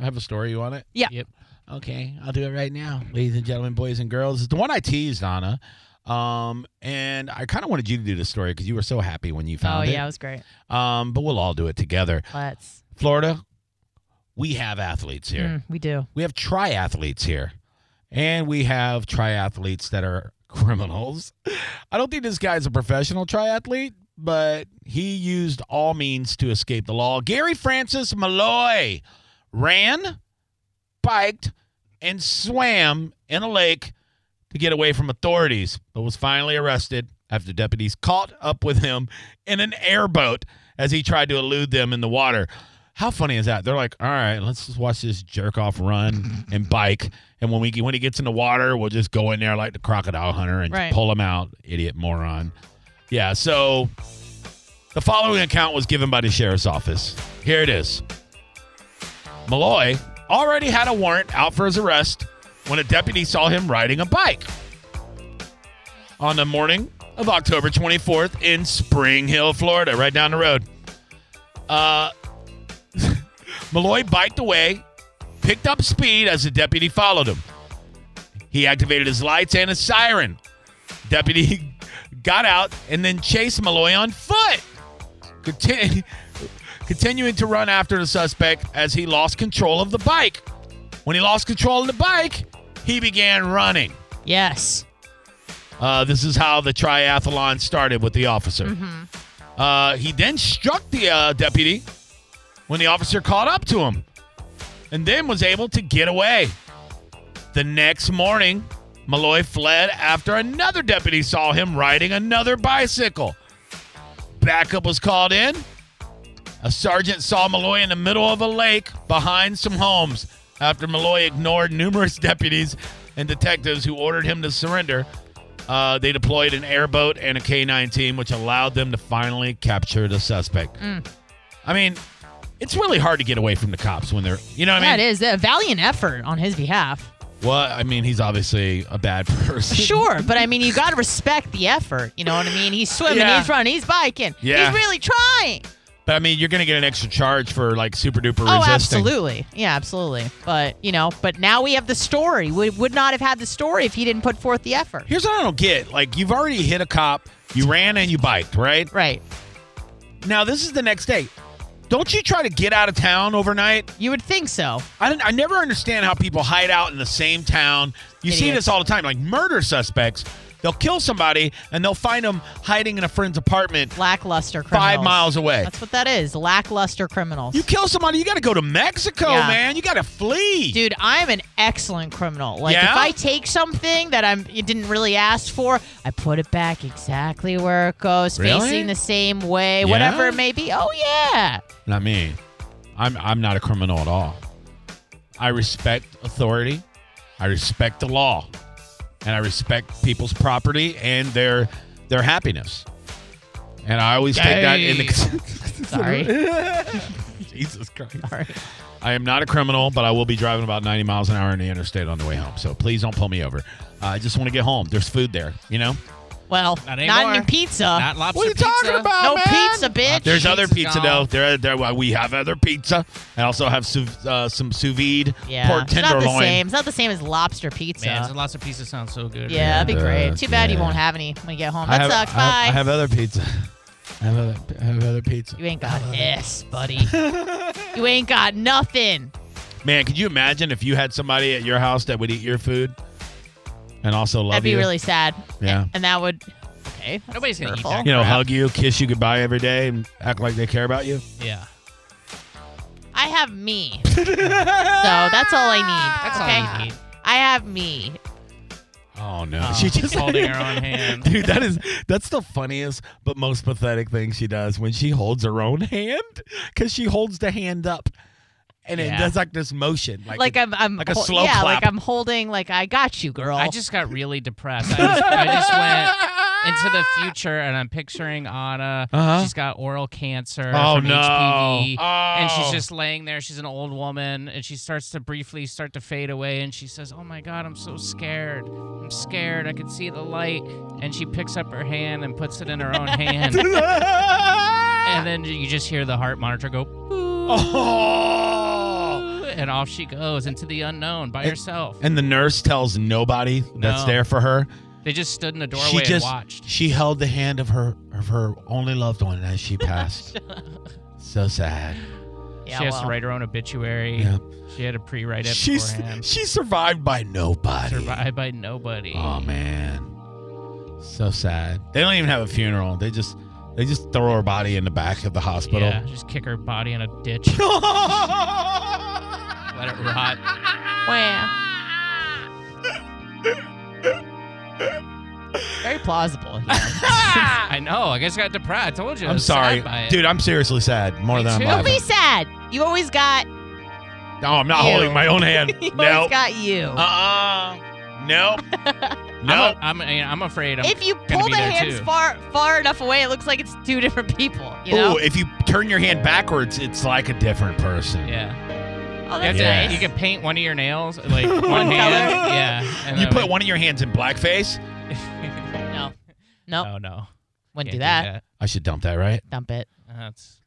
I have a story. You want it? Yeah. Yep. Okay, I'll do it right now, ladies and gentlemen, boys and girls. It's the one I teased, Anna. Um, and I kind of wanted you to do the story because you were so happy when you Oh found yeah, it it. was great. Um, but we'll all do it together. Let's. Florida, we have athletes here. Mm, we do. We have triathletes here, and we have triathletes that are criminals. I don't think this guy's a professional triathlete, but he used all means to escape the law. Gary Francis Malloy ran, biked, and swam in a lake to get away from authorities, but was finally arrested after deputies caught up with him in an airboat as he tried to elude them in the water. How funny is that? They're like, "All right, let's just watch this jerk off run and bike, and when we when he gets in the water, we'll just go in there like the crocodile hunter and Right. pull him out, idiot moron." Yeah. So the following account was given by the sheriff's office. Here it is. Malloy already had a warrant out for his arrest when a deputy saw him riding a bike on the morning of October 24th in Spring Hill, Florida, right down the road. Uh, Malloy biked away, picked up speed as the deputy followed him. He activated his lights and his siren. Deputy got out and then chased Malloy on foot, Contin- continuing to run after the suspect as he lost control of the bike. When he lost control of the bike, he began running. Yes. Uh, this is how the triathlon started with the officer. Uh, he then struck the uh, deputy when the officer caught up to him and then was able to get away. The next morning, Malloy fled after another deputy saw him riding another bicycle. Backup was called in. A sergeant saw Malloy in the middle of a lake behind some homes after Malloy ignored numerous deputies and detectives who ordered him to surrender. Uh, they deployed an airboat and a K 9 team, which allowed them to finally capture the suspect. I mean, it's really hard to get away from the cops when they're, you know what I mean? that is a valiant effort on his behalf. Well, I mean, he's obviously a bad person. Sure, but I mean, you got to respect the effort. You know what I mean? He's swimming, Yeah. he's running, he's biking. Yeah. He's really trying. But I mean, you're going to get an extra charge for like super duper Oh, resisting. absolutely. Yeah, absolutely. But, you know, but now we have the story. We would not have had the story if he didn't put forth the effort. Here's what I don't get. Like, you've already hit a cop, you ran and you biked, right? Right. Now, this is the next day. Don't you try to get out of town overnight? You would think so. I, don't, I never understand how people hide out in the same town. You see Idiots. this all the time, like murder suspects. They'll kill somebody and they'll find them hiding in a friend's apartment Lackluster criminals. five miles away. That's what that is. Lackluster criminals. You kill somebody, you got to go to Mexico, Yeah. man. You got to flee. Dude, I'm an excellent criminal. Like Yeah? if I take something that I'm you didn't really ask for, I put it back exactly where it goes, Really? facing the same way, whatever Yeah? it may be. Oh yeah. Not me. I'm I'm not a criminal at all. I respect authority. I respect the law. And I respect people's property and their their happiness. And I always take that into consideration. Sorry. Jesus Christ. Sorry. I am not a criminal, but I will be driving about 90 miles an hour in the interstate on the way home. So please don't pull me over. Uh, I just want to get home. There's food there, you know? Well, not, Not anymore. any pizza. Not lobster What are you pizza. talking about, no man? pizza, bitch. There's other Pizza's pizza though. gone. There, there. well, We have other pizza. I also have sous, uh, some sous vide yeah. pork It's not tenderloin. the same. It's not the same as lobster pizza. Man, there's lots of pieces sound so good. right yeah, now. that'd be great. Too bad you Yeah. won't have any when you get home. I That have, sucks. I Bye. have- I have other pizza. I have other, I have other pizza. you ain't got this, buddy. you ain't got nothing. Man, could you imagine if you had somebody at your house that would eat your food and also love That'd be you? really sad. Yeah. And, and that would. Okay. that's Nobody's gonna eat hurtful. that. you know, crap. hug you, kiss you goodbye every day, and act like they care about you. Yeah. I have me. so that's all I need. That's all okay? you need. I have me. Oh no, Oh, she just holding her own hand. Dude, that is that's the funniest but most pathetic thing she does when she holds her own hand because she holds the hand up and it Yeah. does like this motion, like, Like it- I'm, I'm like a hol- slow yeah, clap. like I'm holding, like I got you, girl. I just got really depressed. I just, I just went into the future, and I'm picturing Anna. Uh-huh. She's got oral cancer Oh, from no. HPV, and Oh. she's just laying there. She's an old woman, and she starts to briefly start to fade away. And she says, "Oh my God, I'm so scared. I'm scared. I can see the light." And she picks up her hand and puts it in her own hand, and then you just hear the heart monitor go. oh. "Ooh," And off she goes into the unknown by herself. And the nurse tells nobody that's No. there for her. They just stood in the doorway She just and watched. she held the hand of her of her only loved one as she passed. so sad. yeah, she has well, to write her own obituary. Yeah. She had to pre-write it She's beforehand. she survived by nobody. Survived by nobody. Oh man, so sad. They don't even have a funeral. They just they just throw her body in the back of the hospital. yeah, just kick her body in a ditch. Let it rot. wah. Very plausible. Yeah. I know. I guess I got depressed. I told you. I I'm was sad sorry, by it. dude. I'm seriously sad. More Me than too. I'm Don't laughing. be sad. You always got. No, I'm not You. holding my own hand. You always no. got you. Uh, uh-uh. Nope. I'm, nope. a, I'm, a, I'm afraid. I'm, if you be pull the there hands too. far far enough away, it looks like it's two different people. You know? Ooh, if you turn your hand backwards, it's like a different person. yeah. oh, You, have that's to- Yeah. nice. you can paint one of your nails, like one hand. Yeah. and You then, put one of your hands in blackface. like- No, no, Oh no. wouldn't Can't do that. I should dump that, right? Dump it. That's